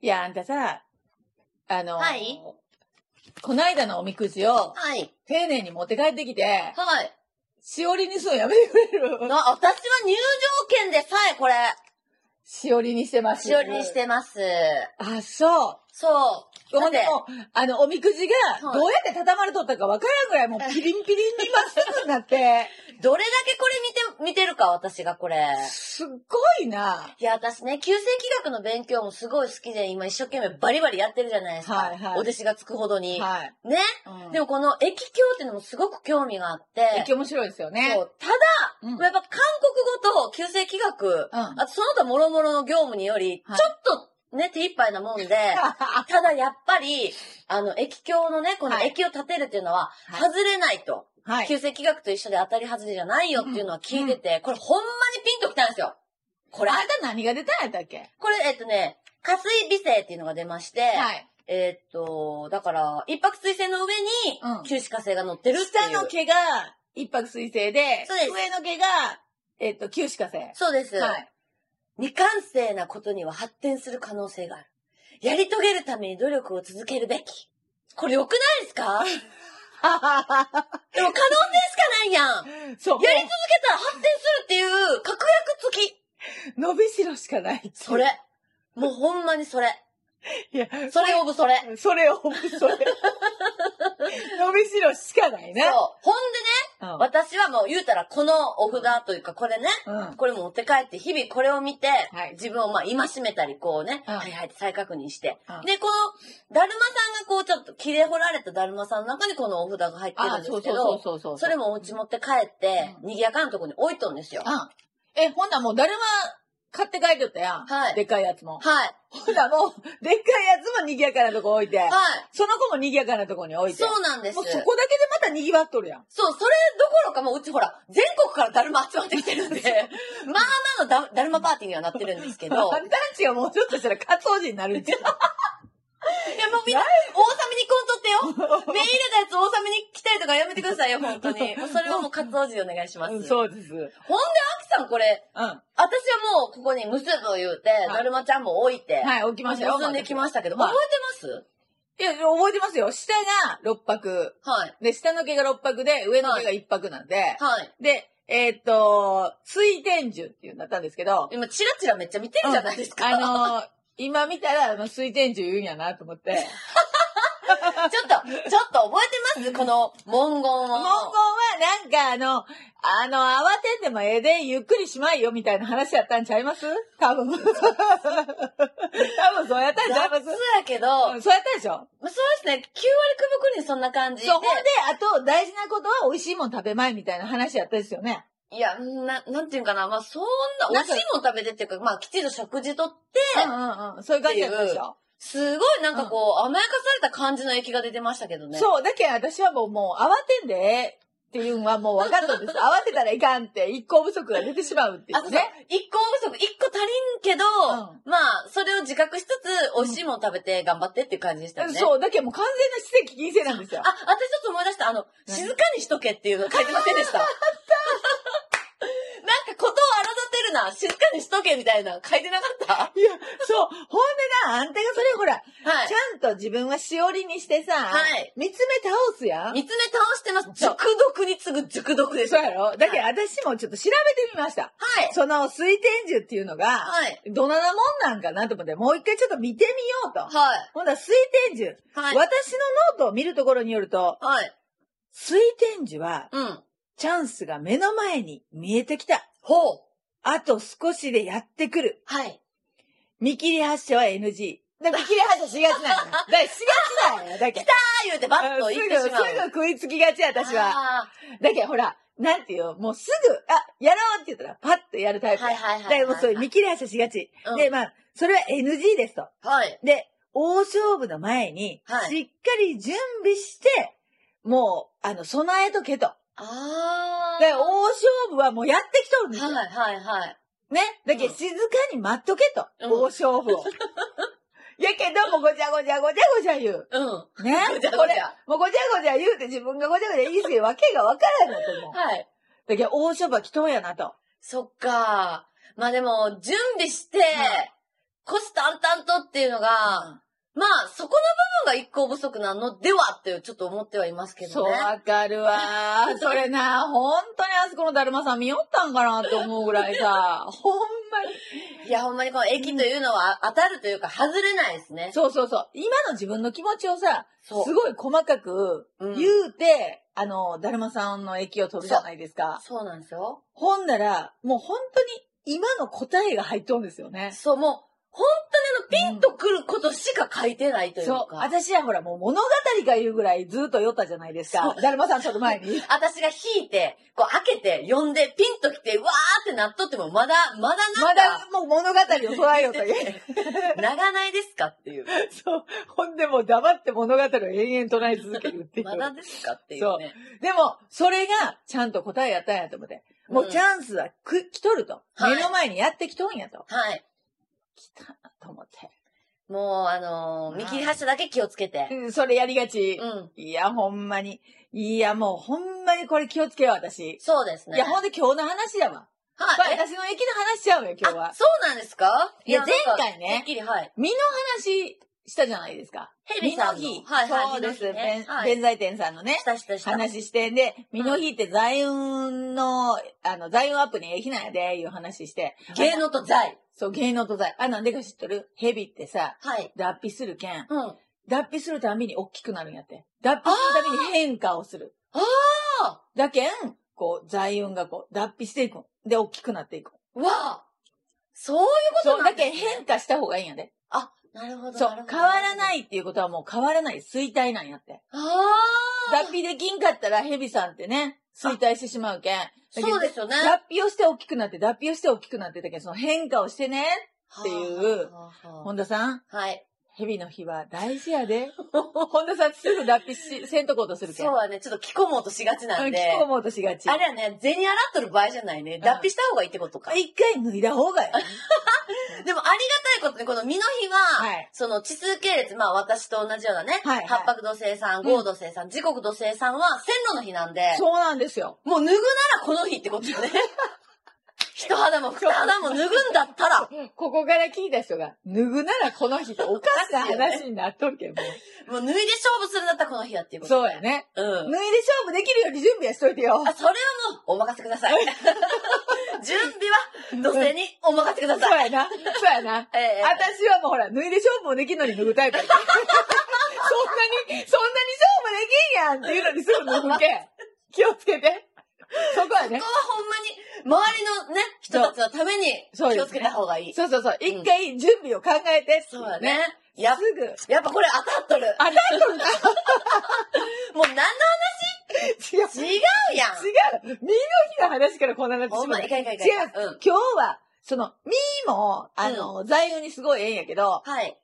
いや、あんたさ、あの、はいこないだのおみくじをはい。丁寧に持って帰ってきて、はい。しおりにするのやめてくれな、私るは入場券でさえこれ、しおりにしてます。しおりにし。てます。あ、そう。そほだんっでてもう、あの、おみくじが、はいどうやって畳まれとったかわからんぐらい、もうピリンピリンにまっすぐになって、う。どれだけこれ見て、見てるか、私がこれ。すっごいな。いや、私ね、急性気学の勉強もすごい好きで、今一生懸命バリバリやってるじゃないですか。はいはいお弟子がつくほどに。はい。ね、うんでもこの液教っていうのもすごく興味があって。駅面白いですよね。そうただ、うんやっぱ韓国語と旧世紀学、あとその他もろもろの業務により、はいちょっとね、手一杯なも んで、ただやっぱり、あの、液境のね、このはい液を立てるっていうのは、はい外れないと。はい。旧世紀学と一緒で当たり外れじゃないよっていうのは聞いてて、これほんまにピンときたんですよ。これあ、んた何が出たんやったっけこれ、えっとね、下水微生っていうのが出まして、はい。えっと、だから、一泊水星の上にうん、旧歯火星が乗ってるって下いう。の毛が一泊水星で、そうです上の毛が、えっと、九死火星。そうです。はい。 未完成なことには発展する可能性がある。やり遂げるために努力を続けるべき。これ良くない ですかでも可能性しかないやん。やり続そう。けたら発展するっていう確約付き。伸びしろしかないっていうそれ。。もうほんまにそれ。いや、それオブそれ。そう。それを、そ れ。伸びしろしかないな。ほんうでね、私はもう言うたらこのお札というかこれね、ん。うん。これも持って帰って日々これを見て、はい自分をまあ戒めたりこうね、うんはいはいって再確認して、うんで、この、だるまさんがこうちょっと切れ掘られただるまさんの中にこのお札が入ってるあん、でそすうけそうど、そうそそうそう。れもお家持って帰って、う賑やかなとこに置いとんですよ。うん。え、ほんならもうだるま買って帰っとったやん。はいでっかいやつも。はい。ほんならもう、でっかいやつも賑やかなとこ置いて。はその子も賑やかなところに置い。いて。そうなんです。もそうう、そそこだれけでまた賑わっとるやん。どころかもううちほら、全国からだるま集まってきてる んで、まあまあのだだるまパーティーにはなってるんですけど、いや もあうんたんちがもうちょっとしたら活動人になるんちゃうみんな、王様にこんと ってよ。メールだやつ王様に来たりとかやめてくださいよ、本当に。もうそれはもう活動時お願いします。うんそうです。うん。ほんで、アキさんこれ、は私はもうここに結ぶ言うて、いだるまちゃんも置いて、い、置きましたよ。結んできましたけど、はい覚えていや、覚えてますよ。下が6泊。ますはい。で、下の毛が6泊で、上の毛が1泊なんで。はい。で、えーっと、水天樹っていうんだったんですけど。今、チラチラめっちゃ見てるじゃないですか。あのー、今見たら、あの水天樹言うんやなと思って。ちょっと、ちょっと覚えてますこの文言を。文言はなんかあの、あの、慌てんでもええで、ゆっくりしまいよみたいな話やったんちゃいます多 分。多分そうやったんちゃいま雑すやけど、うまあんそうやったでしょそうですね、9割くぶくにそんな感じでそう、ほんで、あと大事なことは美味しいもん食べまいみたいな話やったですよね。いや、な、なんていうんかな、まあそんな、美なんか味しいもん食べてっていうか、まあきちんと食事とって、うんうんうん。そういう感じやったでしょ、すごいなんかこう、甘やかされた感じの液が出てましたけどね。そう、だけど私はもう、もう慌てんでええっていうのはもう分かったん です。慌てたらいかんって、一向不足が出てしまうっていあ、そううそうね。。一個不足、一個足りんけど、うまあ、それを自覚しつつ、美味しいもん食べて頑張ってっていう感じでしたよね。う。そう、だけどもう完全な奇跡禁制なんですよあ、。私ちょっと思い出した。あの、何静かにしとけっていうの書いてませんでした。あった なんか、ことを荒立てるな。静かにしとけみたいな。書いてなかったはいや、そう、ほんでな、あんたがそれほら、いち。ゃんと自分はしおりにしてさ、はい見つめ倒すやん。見つめ倒してます。そう熟読に次ぐ熟読です。そうはい。やろだけど私もちょっと調べてみました。その水天樹っていうのが、はい。どんなもんなんかなと思って、もう一回ちょっと見てみようと。はい。ほんだら水天樹、は私のい。ノートを見るところによると、はい。水天樹はうん。チャンスが目の前に見えてきた。ほう。あと少しでやってくる。はい。見切り発車は NG。だから見切り発車しがちな んだよ。だからしがちなんや。だけどあー言うてバッと言ってしますう。ぐ、すぐ食いつきがちや、私は。は。だけど、ほら、なんていう、もうすぐ、あ、やろうって言ったら、パッとやるタイプ。はいはいはいはいだからもうそういう見切り発車しがち。うんで、まあ、それは NG ですと。はい。で、大勝負の前に、はいしっかり準備して、もう、あの、備えとけと。ああ。で、大勝負はもうやってきとるんですよ。はいはいはい。ね。だけど、うん静かに待っとけと。うん大勝負 を。やけど、もうごちゃごちゃごちゃごちゃ言う。うん。はねごちゃごちゃこれ、もうごちゃごちゃ言うて自分がごちゃごちゃ言いすぎてわけがわからんの と思う。い。だけど、大勝負は祈祷やなと。そっか。まあでも、準備して、虎視眈々とっていうのが、まあ、そこの部分が一個細くなのではってちょっと思ってはいますけそどう、ね。わかるわ。それな、本当にあそこのだるまさん見よったんかなと思うぐらい さ、ほんまに。いや、ほんまにこの駅というのは当たるというか外れないですね。そうそうそう。今の自分の気持ちをさ、すそう。ごい細かくうん言うて、あの、だるまさんの駅を取るじゃないですか。そうなんですよ。ほんなら、もう本当に今の答えが入っとんですよね。そう、もう、本当にあの、ピンとくることしか書いてないというそう。か。私はほら、もう物語が言うぐらいずっと酔ったじゃないですか。だるまさんちょっと 前に。私が引いて、こう開けて、読んで、ピンときて、うわーってなっとっても、まだ、まだなまんか、だもう物語を捉えようという。 長ないですかっていう。そう。ほんでもう黙って物語を延々唱え続けるっていう。まだですかっていうね。でも、それがちゃんと答えやったんやと思って。もうチャンスはく来とると。はい目の前にやってきとんやと。はい。来たなと思って。もう、あのー見切り発車だけ気をつけて。うんそれやりがち。うん。いや、ほんまに。いや、もうほんまにこれ気をつけよう、私。そうですね。いや、ほんで今日の話やわ。こはい。れ私の駅の話ちゃうよ、今日あは。そうなんですかいや、前なんか回てっね、きり、はい。話したじゃないですか。ヘみビのさんの。日。はいはい。そうです。みの日ね弁はい。弁財天さんのねし、たしたした。話してんで、みの日って財運の、あの、財運アップにえひなんやで、いう話して。芸能と財。そう、芸能と財。あ、なんでか知っとるヘビってさ、はい。脱皮するけん。うん。あ脱皮するたびに大きくなるんやって。脱皮するたびに変化をする。ああだけん、こう、財運がこう、脱皮していくん。で、大きくなっていくん。わあそういうことそう、なだんでけすんね変化した方がいいんやで。なるほど。そうなるほ、ど変わらな。いっていうことはもう変わらない衰退なんやって。ああ脱皮できんかったらヘビさんってね、衰退してしまうけん。。そうですすよね。脱皮をして大きくなって、脱皮をして大きくなってだけん、その変化をしてね。ていうはあはあは本田さん、あ。はい。ヘビの日は大事や で。本田さんすぐ脱皮し、せんとこうとするけん。そうはね、ちょっと着込もうとしがちなんで。聞こもうとしがち。あれはね、銭洗っとる場合じゃないね。ん脱皮した方がいいってことか。一回脱いだ方がいい。でもありがたいことに、この身の日は、はいその地数系列、まあ私と同じようなね、はいはい八白土星さん、合土星さん、時刻土星さんは線路の日なんで、そうなんですよ。もう脱ぐならこの日ってことよ ね。人肌も二肌も脱ぐんだったら、ここから聞いた人が、脱ぐならこの日っておかしな話になっとるけん、ももう脱いで勝負するんだったらこの日やっていう。うこと。そうやね。う。脱いん。で勝負できるように準備はしといてよ。あ、それはもうお任せく ださい。準備は土星にお任せくだそさい。うやな。そうやな。ええ私はもうほら、脱いで勝負もできるのに脱ぐタイプやけんそんなに、そんなに勝負できんやんっていうのにすぐ脱ぐけん。気をつけて。そこはねこ。こはほんまに、周りのね、人たちのためにそう気をつけた方がいい。そうそうそう。一回準備を考えてっていそうや。ね。やっすぐ。やっぱこれ当たっとる。当たっとるな。もう何の 違う。話違うやん。違う。身の日の話からこんなになってほしんまま、うい。かんいかんいかん。違ううん。今日は、その、ミーも、あの、財運にすごいええんやけど、はい。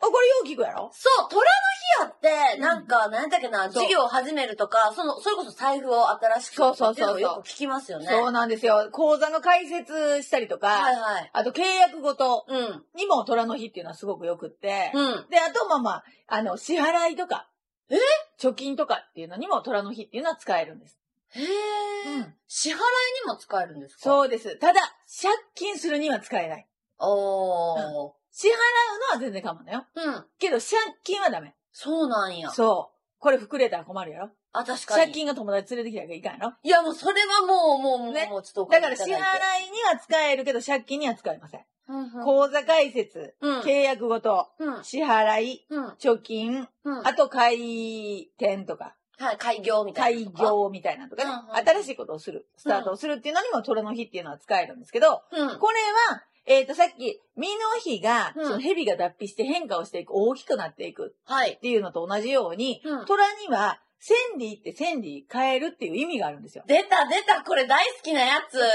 あ、これよう聞くやろそう、虎の日やって、うんなんか、なんだっけな、そう授業を始めるとか、その、それこそ財布を新しくそうそうそうそうっていのをよく聞きますよね。そうなんですよ。講座の解説したりとはか、いはい。あと契約ごとうん。にも虎の日っていうのはすごくよくって、うん。で、あとまあまあ、あの、支払いとか、え貯金とかっていうのにも虎の日っていうのは使えるんです。へえ、うん支払いにも使えるんですかう。そうです。ただ、借金するには使えない。おー。支払うのは全然かもだよ。うん。けど、借金はダメ。そうなんや。そう。これ膨れたら困るやろあ、確か借に。金が友達連れてきたらいかんやろいや、もうそれはもう、もう、もう、ねもうちょっとおだ金から支払いいにただいては使えるけど借金には使えません。うんうん口座開設、うん。契約ごと、うん。支払い、うん。貯金、うん。あと開店とか、はい、開業みたい開な。。業みたいなとかねうんうん、新しいことをする、スタートをするっていうのにも虎の日っていうのは使えるんですけど、うん。これは、えっ、と、さっき、身の日が、うんその蛇が脱皮して変化をしていく、大きくなっていくはいっ。ていうのと同じように、うん虎には、センディってセンディ変えるっていう意味があるんですよ。 出た出たこれ大好きなやつビャッ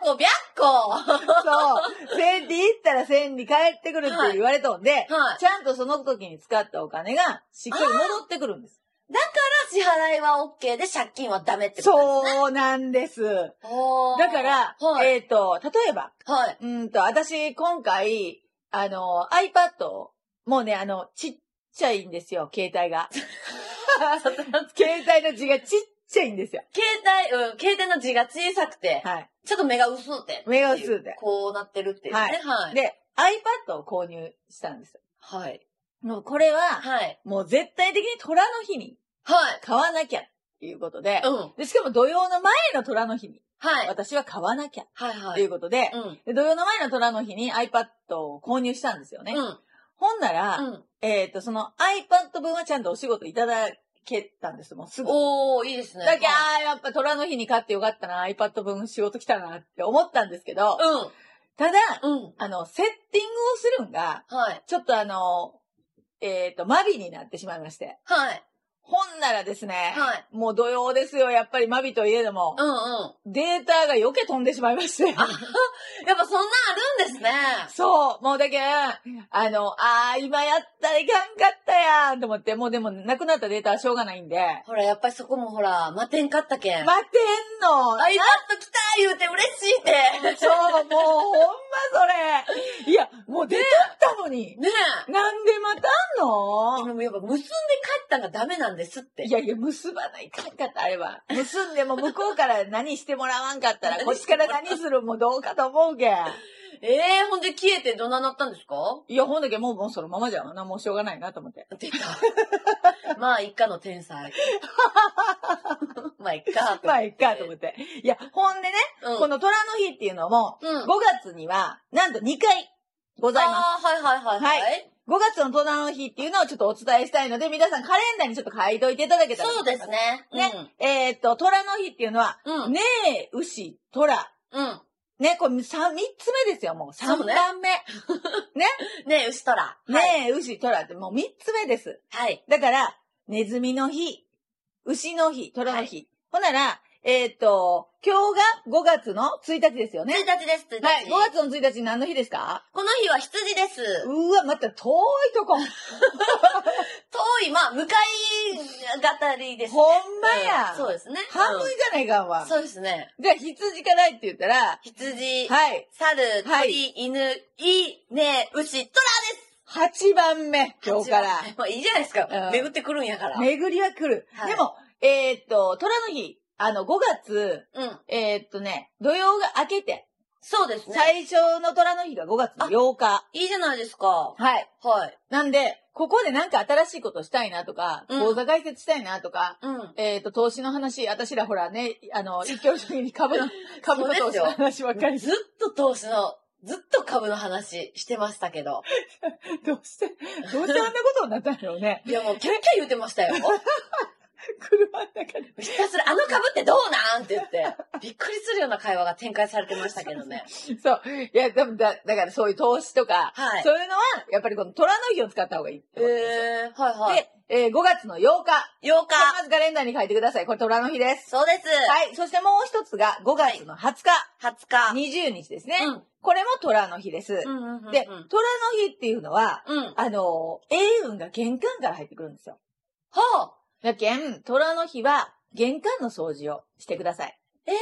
コビャッコはそう。千里行ったら千里帰ってくるって言われとんで、い。 ちゃんとその時に使ったお金がしっかり戻ってくるんです。支払いは OK で借金はダメってことですね。そうなんです。そうだから、はい。えっ、と、例えば、はい。うんと、私今回、あの、iPad を、もうね、あの、ちっちゃいんですよ、携帯 が。携帯、携帯の字がちっちゃいんですよ。うん、携帯の字が小さくて、はい。ちょっと目が薄うて。目が薄うてこうなってるっていうね。はい。で、 iPad を購入したんです。はい。もうこれは、はい。もう絶対的に虎の日にはい。買わなきゃっていうことで、うん。でしかも土曜の前の虎の日に、はい。私は買わなきゃっはいはていい。うことで、うん。で土曜の前の虎の日に iPad を購入したんですよね。うん。ほんなら、うん。えっ、と、その iPad 分はちゃんとお仕事いただけたんです、もうすぐ。おー、いいですね。だけど、あーやっぱ虎の日に買ってよかったな、iPad 分仕事来たなって思ったんですけど、はいただ、うん。うん。あの、セッティングをするんが、はい。ちょっとあの、えっ、と、マビになってしまいまして。はい。ほんならですね、はい。もう土曜ですよ、やっぱりマビといえども、うんうん。データが余計飛んでしまいまして。 やっぱそんなんあるんですね。そう、もうだけん、あの、あー、今やったらいかんかったやんと思って、もうでもなくなったデータはしょうがないんで、ほら、やっぱりそこもほら、待てんかったけん。待てんのあ、イパッと来た言うて嬉しいって。そう、もうほんまそれ。いや、もう出とったのに。ねなんでまたえ。あんのもうやっぱ結んで帰ったんがダメなんですって。いやいや、結ばないかんかった、あれは。結んでも向こうから何してもらわんかったら、こっちから何するもどうかと思うけん。ええほんで消えてどんななったんですかいや、ほんだけもうもうそのままじゃな、もうしょうがないなと思って。 出た。まあ、一家の天才。まあ、一家。まあ、いっか、と思って。いや、ほんでね、うん。この虎の日っていうのも、 うん。 5月には、なんと2回ございます。ああ、はいはいはいはい。は5月の虎の日っていうのをちょっとお伝えしたいので、皆さんカレンダーにちょっと書いといていただけたら。そうです。ね。ねえっ、と、虎の日っていうのは、うん。うん。ねえ、牛、虎。うん。ね、これ三三つ目ですよ、もう。三そうね番目。ね ねえ、牛トラ。はい。え、牛、虎ってもう三つ目です。はい。だから、ネズミの日、牛の日、虎の日。ほなら、えっ、と、今日が5月の1日ですよね1。日です、1日。はい、5月の1日何の日ですかこの日は羊です。うわ、また遠いとこ。遠い、まあ、向かいがたりですね。ほんまや。うんそうですね。半分うじゃないかんんわ。そうですね。じゃあ、羊からって言ったら、羊、はい、猿、は鳥、犬、い、ね、牛、ト8番目、ラ今日から。まあ、いいじゃないですかうん。巡ってくるんやから。巡りは来る。はいでも、えーっと、虎の日、あの、5月、うん。えーっとね、土曜が明けて、そうですね。最初の虎の日が5月の8日。いいじゃないですか。はい。はい。なんで、ここでなんか新しいことしたいなとか、うん講座解説したいなとか、うん。えーっと、投資の話、私らほらね、あ の、一挙手に株の、株の投資の話ばっかりずっと投資の、ずっと株の話してましたけど。どうして、どうしてあんなことになったんだろうね。いやもうキャッキャ言ってましたよ。 車の中で。ひたすらあの株ってどうなんって言って、びっくりするような会話が展開されてましたけどね。 そう。いや、でもだ、だからそういう投資とか、はい。そういうのは、やっぱりこの虎の日を使った方がいいってえことですー、はいはい。で、えー5月の8日。 8日これ。まずカレンダーに書いてください。これ虎の日です。そうです。はい。そしてもう一つが5月の20日、20日。 20日ですね。うんこれも虎の日です。うんうんうんうん。で、虎の日っていうのは、うん。はあのー、英運が玄関から入ってくるんですよ。あ。だけん、虎の日は玄関の掃除をしてください。えー、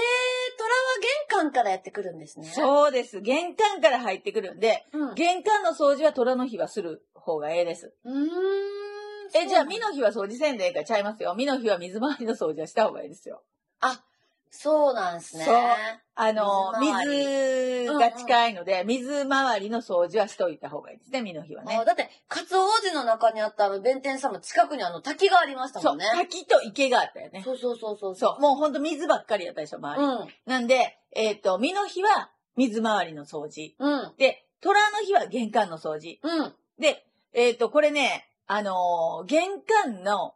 虎は玄関からやってくるんですね。う。そうです。玄関から入ってくるんで、うん。う玄関の掃除は虎の日はする方がええです。ーん。え、じゃあ、み身の日は掃除せんでええからちゃいますよ。身の日は水回りの掃除はした方がいいですよ。そうなんですね。そうあの、水水回が近いので、水回りの掃除はしといた方がいいですね、身の日はねあ。だって、カツオ王子の中にあったあの弁天様、近くにあの滝がありましたそもう、んね。滝と池があったよね。そうそうそうそう。そう、もうほんと水ばっかりやったでしょ、周り。うん。なんで、えっ、と、身の日は水回りの掃除。うん。で、虎の日は玄関の掃除。うん。で、えっ、と、これね、あのー玄関の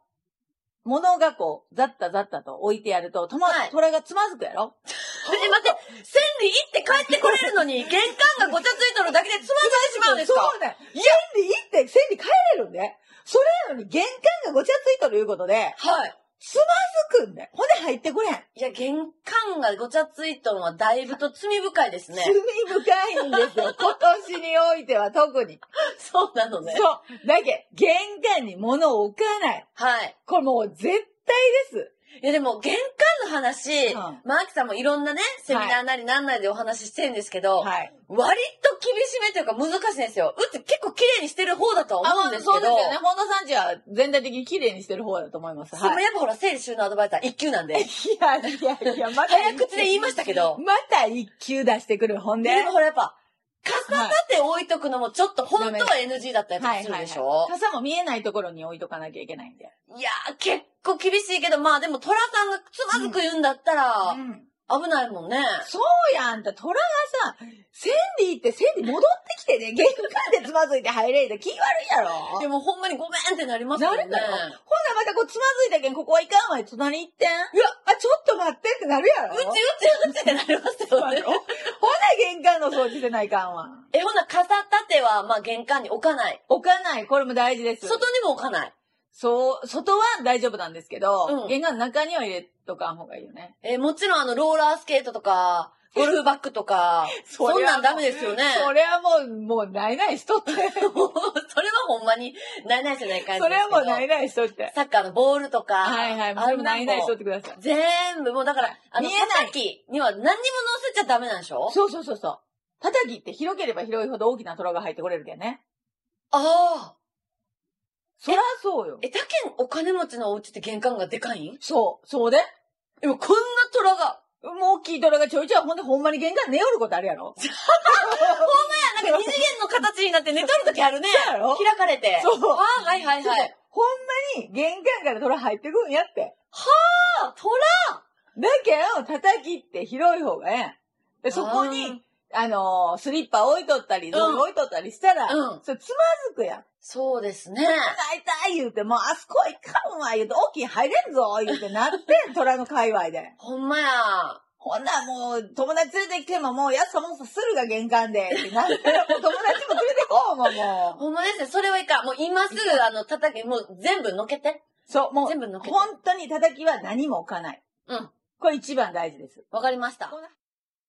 物がこう、ざったざったと置いてやると、とま、はい虎がつまずくやろえ、待って、千里行って帰ってこれるのに、玄関がごちゃついとるだけでつまずいてしまうんですかそうだよ。千里行って千里帰れるんで。それなのに玄関がごちゃついとるいうことで、はい。つまずくんで。ほんで入ってこれん。いや、玄関がごちゃついとるのはだいぶと罪深いですね。罪深いんです よ。今年においては特に。そうなのそね。う。だけ、玄関に物を置かない。はい。これもう絶対です。いや、でも、玄関の話、うんマーキさんもいろんなね、セミナーなりなんなりでお話ししてるんですけど、はい。割と厳しめというか難しいんですよ。うち結構綺麗にしてる方だとは思うんですけど、そうですよね。本田さんちは全体的に綺麗にしてる方だと思います。でもはい。やっぱほら、整理収納アドバイザー一級なんで。いやいやいや、また早口で言いましたけど。また一級出してくる。ほんで。でもほらやっぱ、傘立て置いとくのもちょっと本当は NG だったりとかはいするはいでしょ、はい。傘も見えないところに置いとかなきゃいけないんで。いやー、結構厳しいけど、まあでも虎さんがつまずく言うんだったら、ん。危ないもんね。そうやんた、虎がさ、センディってセンディ戻ってき てね、玄関でつまずいて入れんと気悪いやろでもほんまにごめんってなりますよね。なるだろほんならまたこうつまずいたけん、ここはいかんわい、隣行ってん。いや、あ、ちょっと待ってってなるやろうちうちうちってなりますよねや。ろほな玄関の掃除せないかんわ。え、ほな、傘立ては、まあ玄関に置かない。置かない、これも大事です。外にも置かない。そう、外は大丈夫なんですけど、うん玄関の中には入れとかん方がいいよね。え、もちろんあの、ローラースケートとか、ゴルフバッグ とか、そんなんダメですよね。それはもう、もうないないしと って。もうそれはほんまに、ないないじゃない感そじですけれはど。もうないないしとって。サッカーのボールとか。はいはい、もうそれもないないしとってください。全部、もうだから、あの、見えない叩きには何にも乗せちゃダメなんでしょそうそうそうそう。叩きって広ければ広いほど大きな虎が入ってこれるけんね。ああ。そらそうよ。え、他県お金持ちのお家って玄関がでかいんそう、そうで。でもこんな虎が。もう大きい虎がちょいちょいほんでほんまに玄関寝よることあるや ろ。そあ なんか二次元の形になって寝とる時あるね。うやろ開かれて。そうああ、はいはいそうはい。ほんまに玄関から虎入ってくんやって。ああ、虎だけど、叩きって広い方がええん。でそこに、あのースリッパ置いとったり、ん道具置いとったりしたら、うんそれつまずくやん。そうで すね。大体言うて、もうあそこ行かんわ、言うて、大きい入れんぞ、言うてな ってん、虎の界隈で。ほんまや。ほんならもう、友達連れてきても、もう、やっさもんさするが玄関で、ってなったら、もう友達も連れてこうもん、もう。ほんまですね。それはいかん。もう今すぐ、あの、叩き、もう全部のけて。そう、もう、全部のけて。本当に叩きは何も置かない。うん。これ一番大事です。わかりました。